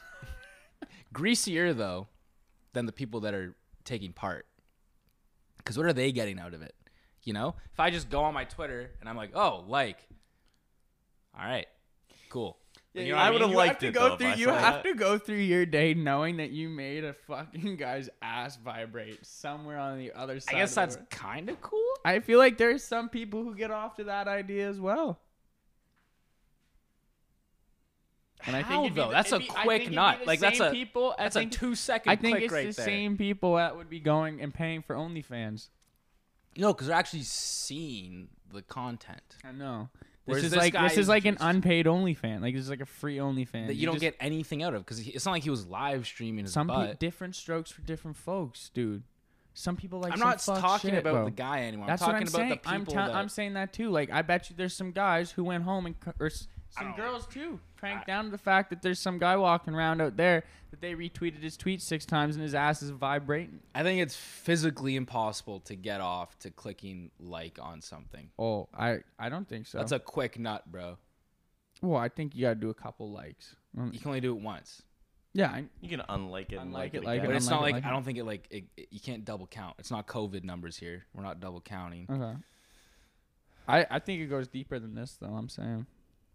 Greasier though than the people that are taking part. Cuz what are they getting out of it? You know? If I just go on my Twitter and I'm like, "Oh, like All right. Cool."
Yeah,
You know what I mean?
would've
You have to go through-
you have to go through your day knowing that you made a fucking guy's ass vibrate somewhere on the other
I
side.
guess
of
that's
the-
kind of cool.
I feel like there's some people who get off to that idea as well. And I
How,
think it'd be
though?
the-
That's
it'd
a
be- I
quick
think it'd be
knot.
the
Like, that's
same
a-
people. I
That's
think,
a 2 second
I think
click
it's
right
the
there.
same people that would be going and paying for OnlyFans.
No, cuz they're actually seeing the content.
I know. This
Whereas
is
this
like
guy
this is
is
like an
just-
unpaid OnlyFans. Like this is like a free OnlyFans.
that you, don't
just-
get anything out of because it's not like he was live streaming his
some
butt.
people different strokes for different folks, dude. Some people like
I'm
some
not
fuck
talking
shit,
about
bro.
the guy anymore.
That's
I'm
what
talking
I'm
about
saying.
the people
I'm, ta-
that
I'm saying that too. Like I bet you there's some guys who went home and c- or s-
I
some
don't-
girls too cranked down to the fact that there's some guy walking around out there that they retweeted his tweet six times and his ass is vibrating.
I think it's physically impossible to get off to clicking like on something.
Oh, I I don't think so.
That's a quick nut, bro.
well, I think you gotta do a couple likes. Mm,
You can only do it once.
Yeah, I,
You can unlike it. and
Unlike
like
it, like
it, like
it,
But
I'm
it's not
liking-
like,
liking.
I don't think it like it, it- you can't double count. It's not COVID numbers here. We're not double counting.
okay. I I think it goes deeper than this though. I'm saying,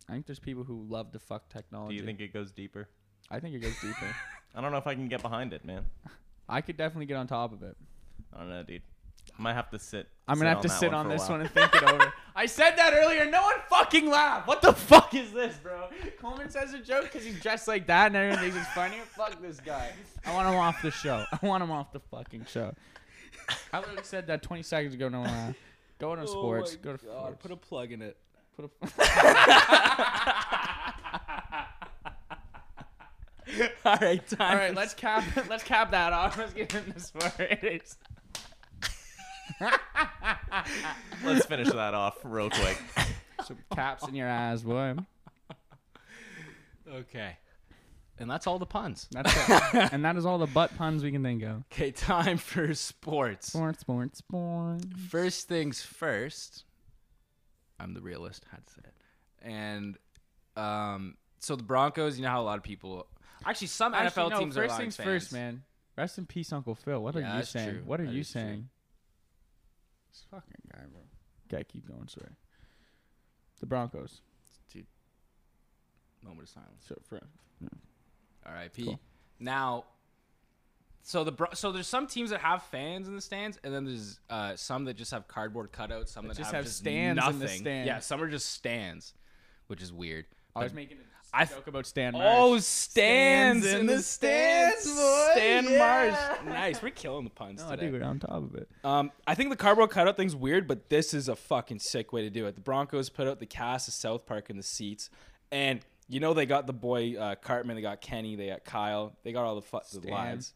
I think there's people who love to fuck
Do
technology.
you think it goes deeper?
I think it goes deeper.
I don't know if I can get behind it, man.
I could definitely get on top of it.
I don't know, dude. I might have to sit.
I'm gonna have to
that
sit
one
on
for a
this
while.
one and think it over. I said that earlier. No one fucking laughed. What the fuck is this, bro? Coleman says a joke because he's dressed like that and everyone thinks it's funny. Fuck this guy. I want him off the show. I want him off the fucking show. I literally said that 20 seconds ago. No one laughed. Go
Oh
on to sports. Go to sports.
oh Put a plug in it.
Put a.
All right, time.
All right, let's cap. Let's cap that off. Let's get into sports.
Let's finish that off real quick.
Some caps in your eyes, boy.
Okay. And that's all the puns.
That's it. and that is all the butt puns we can think of.
Okay, time for sports.
Sports, sports, sports.
First things first. I'm the realist. Had to say it. And um, so the Broncos, you know how a lot of people, actually some NFL
no,
teams are
first
Lions
things
fans.
first, man. Rest in peace, Uncle Phil. What
Yeah,
are you
that's
saying?
true.
What are
That
you
is true.
saying? This fucking guy, bro. Gotta keep going, sorry. The Broncos.
Moment of silence.
So for
R.I.P.
Cool.
Now, so the Bro- so there's some teams that have fans in the stands, and then there's uh, some that just have cardboard cutouts. Some that,
just
have,
have
just
stands in
nothing.
the stands.
Yeah, some are just stands, which is weird.
I was
But-
making a
I-
joke about Stan Mars.
oh, stands, in the stands,
boy,
Stan
yeah.
Mars. Nice, we're killing the puns
no,
today.
dude, we're on top of it.
Um, I think the cardboard cutout thing's weird, but this is a fucking sick way to do it. The Broncos put out the cast of South Park in the seats, and you know they got the boy uh, Cartman, they got Kenny, they got Kyle, they got all the fu- the
Stan.
lads,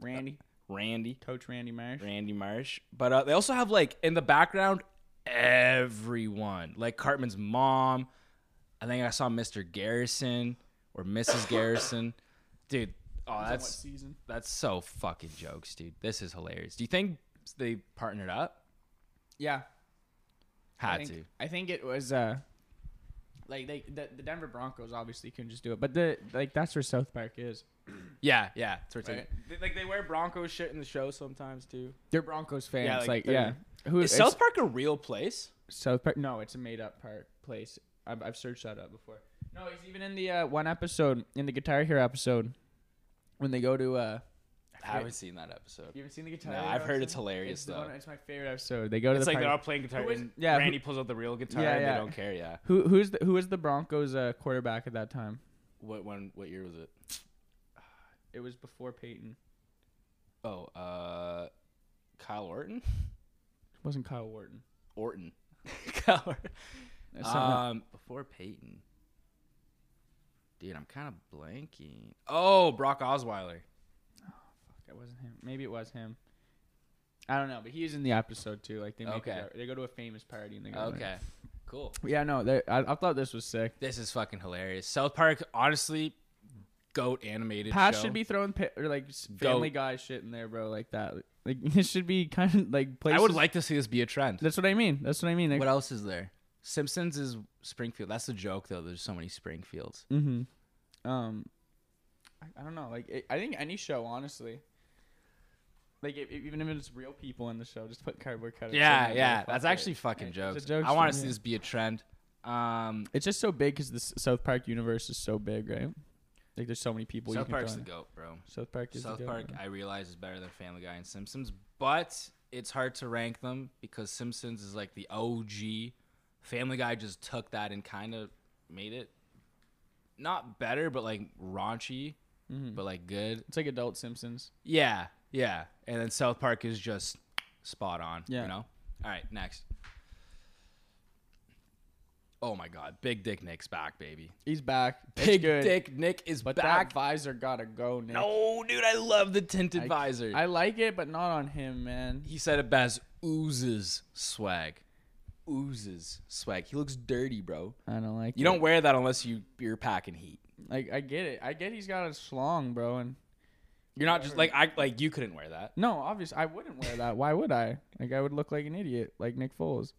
Randy,
Randy,
Coach Randy Marsh.
Randy Marsh. But uh, they also have like in the background everyone, like Cartman's mom. I think I saw Mr. Garrison or Mrs. Garrison, dude. Oh,
He's on what
that's
season.
that's so fucking jokes, dude. This is hilarious. Do you think they partnered up?
Yeah, I
Had
think,
to.
I think it was uh, like they the, the Denver Broncos obviously couldn't just do it, but the like that's where South Park is.
Yeah, yeah.
Right.
They, like they wear Broncos shit in the show sometimes too.
They're Broncos fans.
Yeah,
like,
like
yeah,
they're-
who
Is
it's-
South Park a real place?
South Park? No, it's a made up park place. I've, I've searched that up before. No, it's even in the uh, one episode in the Guitar Hero episode when they go to. uh
I haven't seen that episode.
You haven't seen the Guitar
No,
Hero?
I've heard it's
episode?
hilarious
It's, the
though.
one, it's my favorite episode. They go to
it's
the
like they're all
party-
playing guitar
Who is-
and
yeah, who-
Randy pulls out the real guitar
Yeah,
and
yeah.
they don't care. Yeah.
who who's the who was the Broncos uh, quarterback at that time?
What when? What year was it?
It was before Peyton.
Oh, uh, Kyle Orton.
It wasn't Kyle Wharton.
Orton. Kyle. Orton.
That's not-
Um, before Peyton. Dude, I'm kind of blanking. Oh, Brock Osweiler.
That wasn't him. Maybe it was him. I don't know, but he's in the episode too. Like they make
Okay.
it- they go to a famous party and they go.
Okay, cool.
Yeah, no, they- I, I thought this was sick.
This is fucking hilarious. South Park, honestly, goat animated.
Pass
show.
should be throwing pi- or like s-
Go.
Family Guy shit in there, bro, like that. Like this should be kind of like places.
I would like to see this be a trend.
That's what I mean. That's what I mean. Like,
What else is there? Simpsons is Springfield. That's the joke, though. There's so many Springfields.
mm-hmm. Um, I, I don't know. Like it, I think any show, honestly. Like if, even if it's real people in the show, just put cardboard cutouts. in
Yeah,
there,
yeah.
bro.
That's
Fuck it.
actually fucking
It's a
jokes.
joke
I want to
show,
see
yeah.
this be a trend. Um,
It's just so big because the S- South Park universe is so big, right? Like there's so many people. you
South
can
Park's
throw
the
in.
goat, bro.
South Park is the
South
goat,
Park,
bro.
I realize, is better than Family Guy and Simpsons, but it's hard to rank them because Simpsons is like the OG. Family Guy just took that and kind of made it not better, but like raunchy,
Mm-hmm.
but like good.
It's like Adult Simpsons.
Yeah, yeah. And then South Park is just spot on.
Yeah.
You know? All right, next. Oh my God. Big Dick Nick's back, baby.
He's back. It's
Big
good.
Dick Nick is
But
back.
that visor gotta go, Nick.
no, dude, I love the tinted
I-
visor.
I like it, but not on him, man.
he said it best oozes swag. Oozes swag. He looks dirty, bro.
I don't like.
You
it.
don't wear that unless you, you're packing heat.
like. I get it. I get he's got a slong, bro. And
You're not just like I like you couldn't wear that.
no, obviously, I wouldn't wear that. Why would I? Like, I would look like an idiot, like Nick Foles.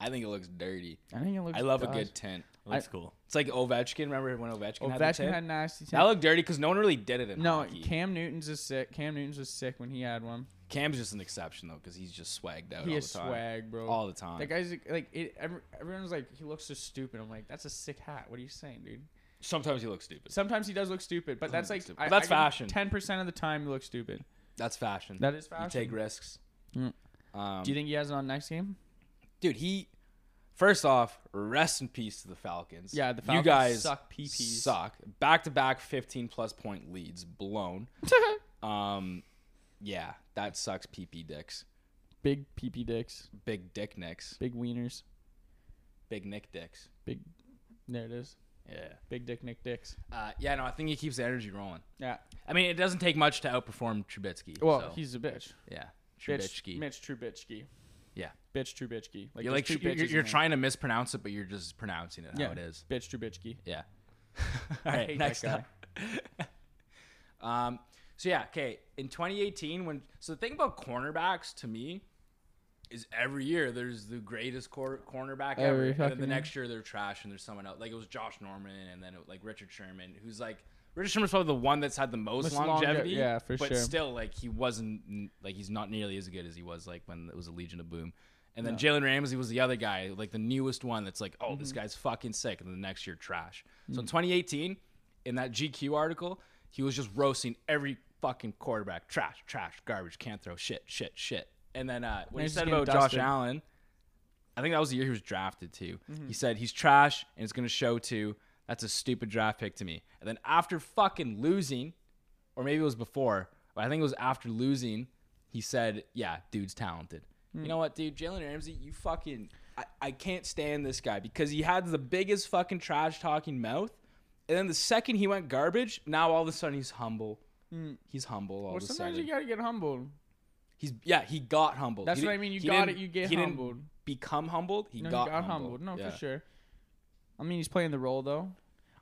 I think it looks dirty.
I think it looks.
I love
does.
a good tint.
Looks cool.
It's like Ovechkin. Remember when Ovechkin, had the
Ovechkin
tint?
had nasty.
That
T-
looked dirty because no one really did it in
no,
hockey.
Cam Newton's is sick. Cam Newton's was sick when he had one.
Cam's just an exception though because he's just swagged out.
He
all
is
the time.
swag, bro.
all the time.
That guy's like, it, every, everyone's like, he looks so stupid. I'm like, that's a sick hat. What are you saying, dude?
Sometimes he looks stupid.
Sometimes he does look stupid, but that's like,
Sometimes he looks stupid. That's
Ten percent of the time, he looks stupid.
That's fashion.
That is
you
fashion.
take risks.
Mm.
Um,
Do you think he has it on next game?
dude, he. First off, rest in peace to the Falcons.
Yeah, the Falcons
you guys
suck pee-pees.
Suck. Back to back, fifteen plus point leads blown. um, yeah, that sucks. PP dicks,
Big pee pee dicks,
big dick nicks,
big wieners,
big nick dicks.
big. There it is.
Yeah.
Big dick Nick dicks.
Uh, yeah, no, I think he keeps the energy rolling.
Yeah.
I mean, it doesn't take much to outperform Trubisky.
Well,
so,
he's a bitch.
yeah,
Bitch-
Trubisky.
Mitch Trubisky.
Yeah.
Bitch Trubisky.
you're
there's
like
two
you're,
bitches
you're-
in
you're
there.
trying to mispronounce it, but you're just pronouncing it how
Yeah.
it is.
Bitch Trubisky.
Yeah. All right,
hate that
next up. um, so yeah, okay. In 2018, when so the thing about cornerbacks to me is every year there's the greatest cor- cornerback ever,
Every
and then
fucking
the
year.
next year they're trash and there's someone else. Like it was Josh Norman, and then it, like Richard Sherman, who's like Richard Sherman's probably the one that's had the most,
Most longe-
longevity.
yeah, for
but
sure.
still, like he wasn't n- like he's not nearly as good as he was like when it was a Legion of Boom. And then Jalen Ramsey was the other guy, like the newest one that's like, oh,
Mm-hmm.
this guy's fucking sick, and the next year trash. So in 2018, in that GQ article, he was just roasting every fucking quarterback, trash, trash, garbage, can't throw, shit, shit, shit. And then uh, when he
Now he's
said
getting
about Josh
dusted.
Allen, I think that was the year he was drafted too.
Mm-hmm.
He said he's trash and it's gonna show too. That's a stupid draft pick to me. And then after fucking losing, or maybe it was before, but I think it was after losing, he said, "Yeah, dude's talented."
Hmm.
You know what, dude? Jalen Ramsey, you fucking, I, I can't stand this guy because he had the biggest fucking trash talking mouth, and then the second he went garbage, now all of a sudden he's humble. He's humble all
Hmm. Well,
of a
sometimes
sudden.
you gotta get humbled.
he's yeah, he got humbled.
That's
He
what I
didn't-
mean. You
he
got it.
didn't-
You get
he didn't
humbled.
become humbled. He
No,
got,
he got
humbled.
humbled. No,
Yeah.
for sure. I mean, he's playing the role though.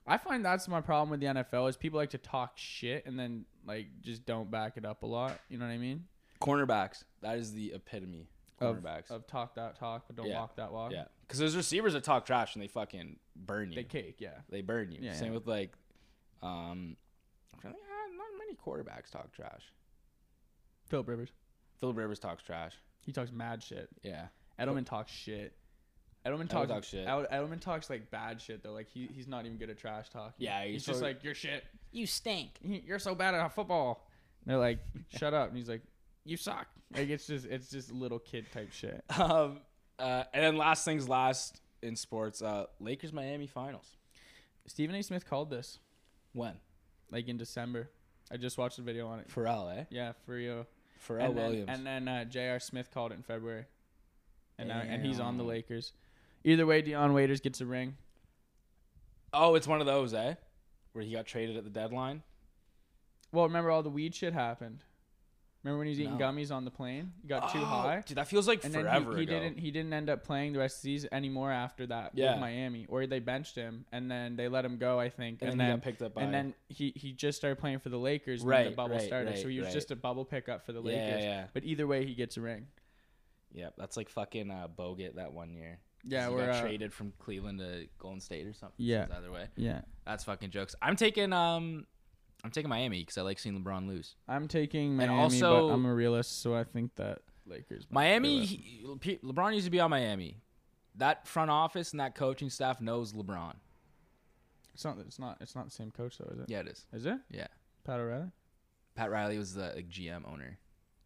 I find that's my problem with the NFL is people like to talk shit and then like just don't back it up a lot. You know what I mean?
Cornerbacks. That is the epitome.
Of-
Cornerbacks.
Of talk that talk, but don't
Yeah.
walk that walk.
yeah, because there's receivers that talk trash and they fucking burn you.
They cake, yeah.
They burn you.
Yeah,
Same
yeah.
with like, um, I'm trying to think, ah, not many quarterbacks talk trash.
Philip Rivers.
Philip Rivers talks trash.
He talks mad shit.
Yeah,
Edelman talks shit. Edelman talks
talks shit.
Ed- Edelman talks like bad shit though. Like he, he's not even good at trash talking.
Yeah,
he's,
he's
just
so-
like you're shit.
you stink.
You're so bad at football. And they're like, shut up. And he's like, you suck. Like it's just it's just little kid type shit.
Um, uh, and then last things last in sports, uh, Lakers Miami finals.
Stephen A. Smith called this
When
like in December. I just watched the video on it.
Pharrell, eh?
Yeah, for real.
Pharrell
and then,
Williams.
And then uh, J.R. Smith called it in February, and now, and he's on the
Damn.
Lakers. Either way, Deion Waiters gets a ring.
oh, it's one of those, eh? Where he got traded at the deadline.
Well, remember all the weed shit happened. Remember when he was eating
No.
gummies on the plane? He got too
Oh,
high,
dude. That feels like
and
forever
then he, he
ago.
didn't. He didn't end up playing the rest of the season anymore after that
Yeah.
with Miami, or they benched him, and then they let him go. I think,
and,
and,
then,
then.
he got picked up by.
and then he, he just started playing for the Lakers when
Right,
the bubble
right,
started.
right,
so he was
right.
just a bubble pickup for the
Yeah,
Lakers.
yeah.
But either way, he gets a ring.
yeah, that's like fucking uh, Bogut that one year.
Yeah,
he
we're
got
uh,
traded from Cleveland to Golden State or something.
Yeah.
Seems either way.
Yeah,
That's fucking jokes. I'm taking um, I'm taking Miami because I like seeing LeBron lose.
I'm taking Miami,
also-
but I'm a realist, so I think that Lakers. might do
Miami,
it.
he, P- LeBron used to be on Miami. That front office and that coaching staff knows LeBron.
It's not. It's not. It's not the same coach though, is it?
Yeah, it is.
Is it?
Yeah.
Pat O'Reilly.
Pat Riley was the like, GM owner.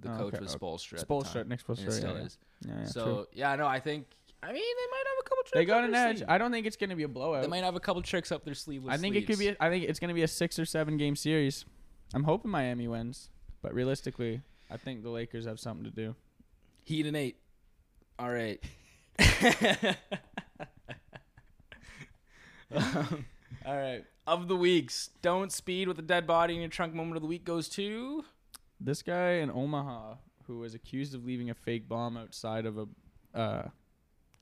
The
Oh,
coach
okay.
was Spolstra. at the
Spolstra.
time.
Nick
And it
Spolstra.
still
Yeah, yeah.
is.
Yeah, yeah,
so
true.
yeah, no, I think. I mean, they might have a couple. Tricks
they got
up
an
their
edge.
sleeve.
I don't think it's going to be a blowout.
They might have a couple tricks up their sleeve.
I think it could be. A, I think it's going to be a six or seven game series. I'm hoping Miami wins, but realistically, I think the Lakers have something to do.
Heat and eight. All right. Um,
All right.
of the weeks, don't speed with a dead body in your trunk. Moment of the week goes to
This guy in Omaha who was accused of leaving a fake bomb outside of a uh,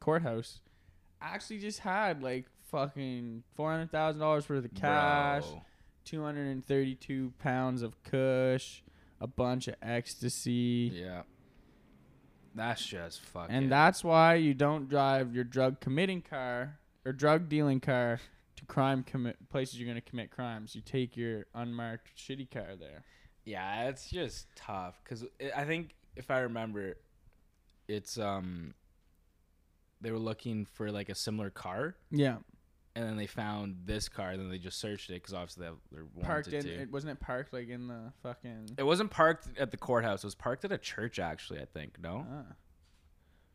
courthouse actually just had like fucking four hundred thousand dollars worth of cash.
Bro.
232 pounds of kush, a bunch of ecstasy.
Yeah, that's just fucking.
And that's why you don't drive your drug committing car or drug dealing car to crime commit places you're going to commit crimes. You take your unmarked shitty car there.
yeah, it's just tough because I think if I remember, it's um, they were looking for like a similar car,
Yeah.
and then they found this car, and then they just searched it because obviously they have, they're wanted
Parked in
to.
it wasn't it parked like in the fucking
It wasn't parked at the courthouse. It was parked at a church, actually. I think. No,
Ah.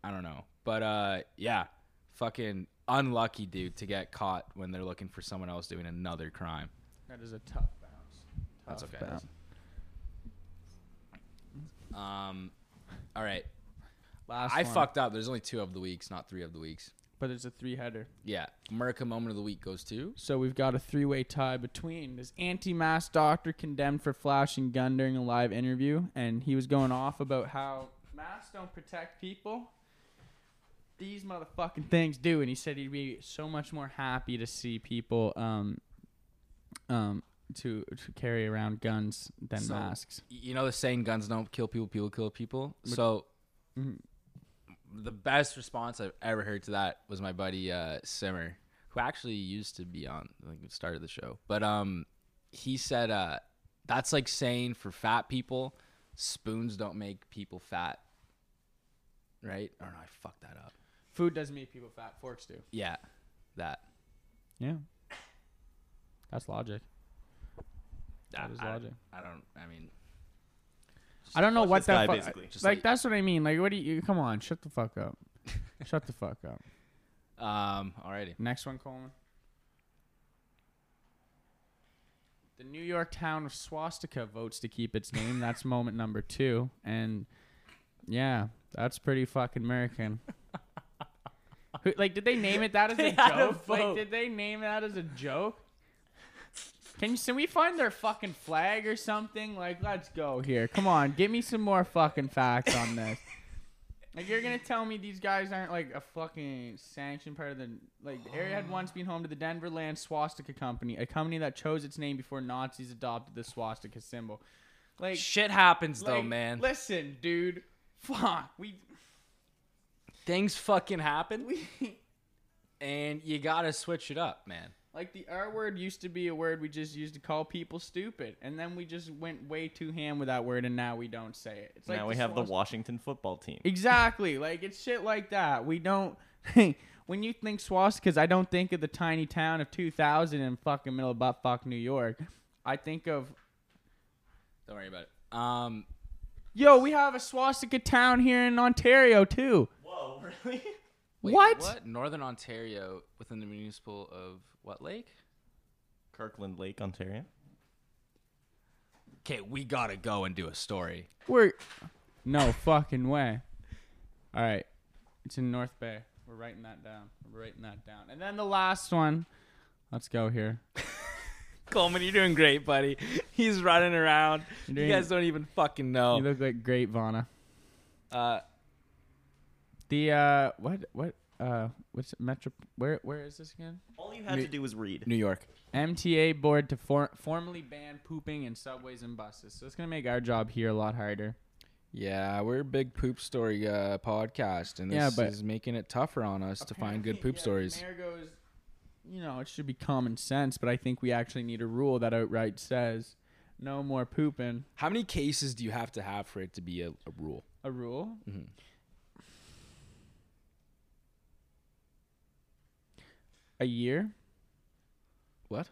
I don't know. But uh, yeah, fucking unlucky dude to get caught when they're looking for someone else doing another crime.
That is a tough bounce.
That's
Tough
okay.
bounce.
Um, all right,
Last
I
one.
fucked up. There's only two of the weeks, not three of the weeks.
but it's a three header.
Yeah, America moment of the week goes to
So we've got a three-way tie between this anti-mask doctor condemned for flashing gun during a live interview, and he was going off about how masks don't protect people. These motherfucking things do, and he said he'd be so much more happy to see people um, um, to to carry around guns than
So-
masks.
you know the saying, "Guns don't kill people, people kill people." So.
Mhm.
The best response I've ever heard to that was my buddy uh, Simmer, who actually used to be on, like, started the show. But um, he said uh, that's like saying for fat people, spoons don't make people fat. Right? Or no, I fucked that up.
Food doesn't make people fat. Forks do.
Yeah, that.
Yeah. That's logic.
I-
That is
I-
logic.
I don't. I mean,
I don't know
fuck
what
this
that
guy,
fu-
basically. Just
like,
like-
That's what I mean. Like, what do you? Come on, shut the fuck up. shut the fuck up.
um, alrighty.
Next one, Coleman. The New York town of Swastika votes to keep its name. That's moment number two, and yeah, that's pretty fucking American. Who- like, did they name it that as
They
a
had a
joke? like,
vote.
did they name that as a joke? Can you? Can we find their fucking flag or something? Like, let's go here. Come on, give me some more fucking facts on this. Like you're gonna tell me these guys aren't like a fucking sanctioned part of the like the area had once been home to the Denver Land Swastika Company, a company that chose its name before Nazis adopted the swastika symbol. Like,
Shit happens though,
like,
man.
Listen, dude. Fuck. We
Things fucking happen,
we
and you gotta switch it up, man.
like the R word used to be a word we just used to call people stupid, and then we just went way too ham with that word, and now we don't say it. It's like
now we have the
swastika-
Washington football team.
Exactly. Like it's shit like that. We don't. when you think swastikas, I don't think of the tiny town of two thousand in fucking middle of buttfuck New York. I think of
Don't worry about it. Um,
yo, we have a swastika town here in Ontario too.
Whoa, really?
wait,
What?
Northern Ontario within the municipal of what lake?
Kirkland Lake, Ontario.
Okay, we gotta go and do a story.
We're no fucking way. All right, it's in North Bay. We're writing that down. We're writing that down. And then the last one. Let's go here.
Coleman, you're doing great, buddy. He's running around. you
You're doing-
guys don't even fucking
You
know.
look like great Vana.
Uh,
The uh, what what uh, what's it, metro? Where where is this again?
All you had to do was read.
New York.
MTA board to for- formally ban pooping in subways and buses. So it's going to make our job here a lot harder.
Yeah, we're a big poop story uh, podcast, and this
Yeah, but-
is making it tougher on us to find good poop
Yeah,
stories.
Mayor goes, you know, it should be common sense, but I think we actually need a rule that outright says no more pooping.
How many cases do you have to have for it to be a, a rule?
A rule?
Mhm.
A year?
What?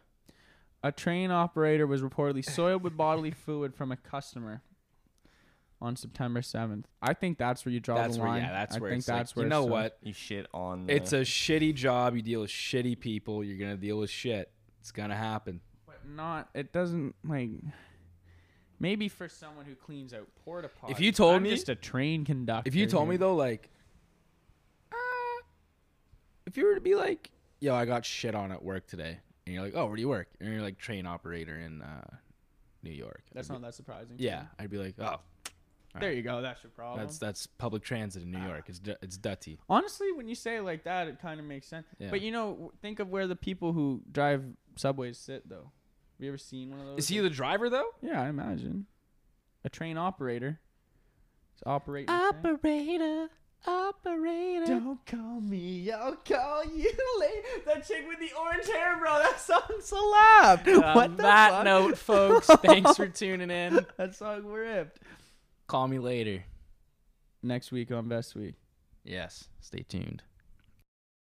A train operator was reportedly soiled with bodily fluid from a customer on September 7th. I think that's where you draw
That's
the
where.
line.
Yeah, that's
I
where.
think
it's like,
that's where
you know
it's done.
what?
You shit on. The,
It's a shitty job. You deal with shitty people. You're gonna deal with shit. It's gonna happen.
But not it doesn't like maybe for someone who cleans out porta potties.
If you told
I'm
me-
just a train conductor.
If you told me
here.
though, like, uh, if you were to be like, yo, I got shit on at work today, and you're like, oh, where do you work? And you're like, train operator in uh, New York.
that's
I'd
not that surprising.
be- yeah, I'd be like, oh,
There you go. That's your problem.
that's that's public transit in New York. It's du- it's dutty.
Honestly, when you say it like that, it kind of makes sense.
Yeah.
But you know, w- think of where the people who drive subways sit though. Have you ever seen one of those?
Is he the driver though?
yeah, I imagine. A train operator. It's operating. a train.
Operator, operator.
Don't call me, I'll call you later. That chick with the orange hair, bro. That song's so loud.
On
what the
that
fuck?
note, folks, thanks for tuning in.
that song ripped.
Call me later.
Next week on Best Week.
Yes, stay tuned.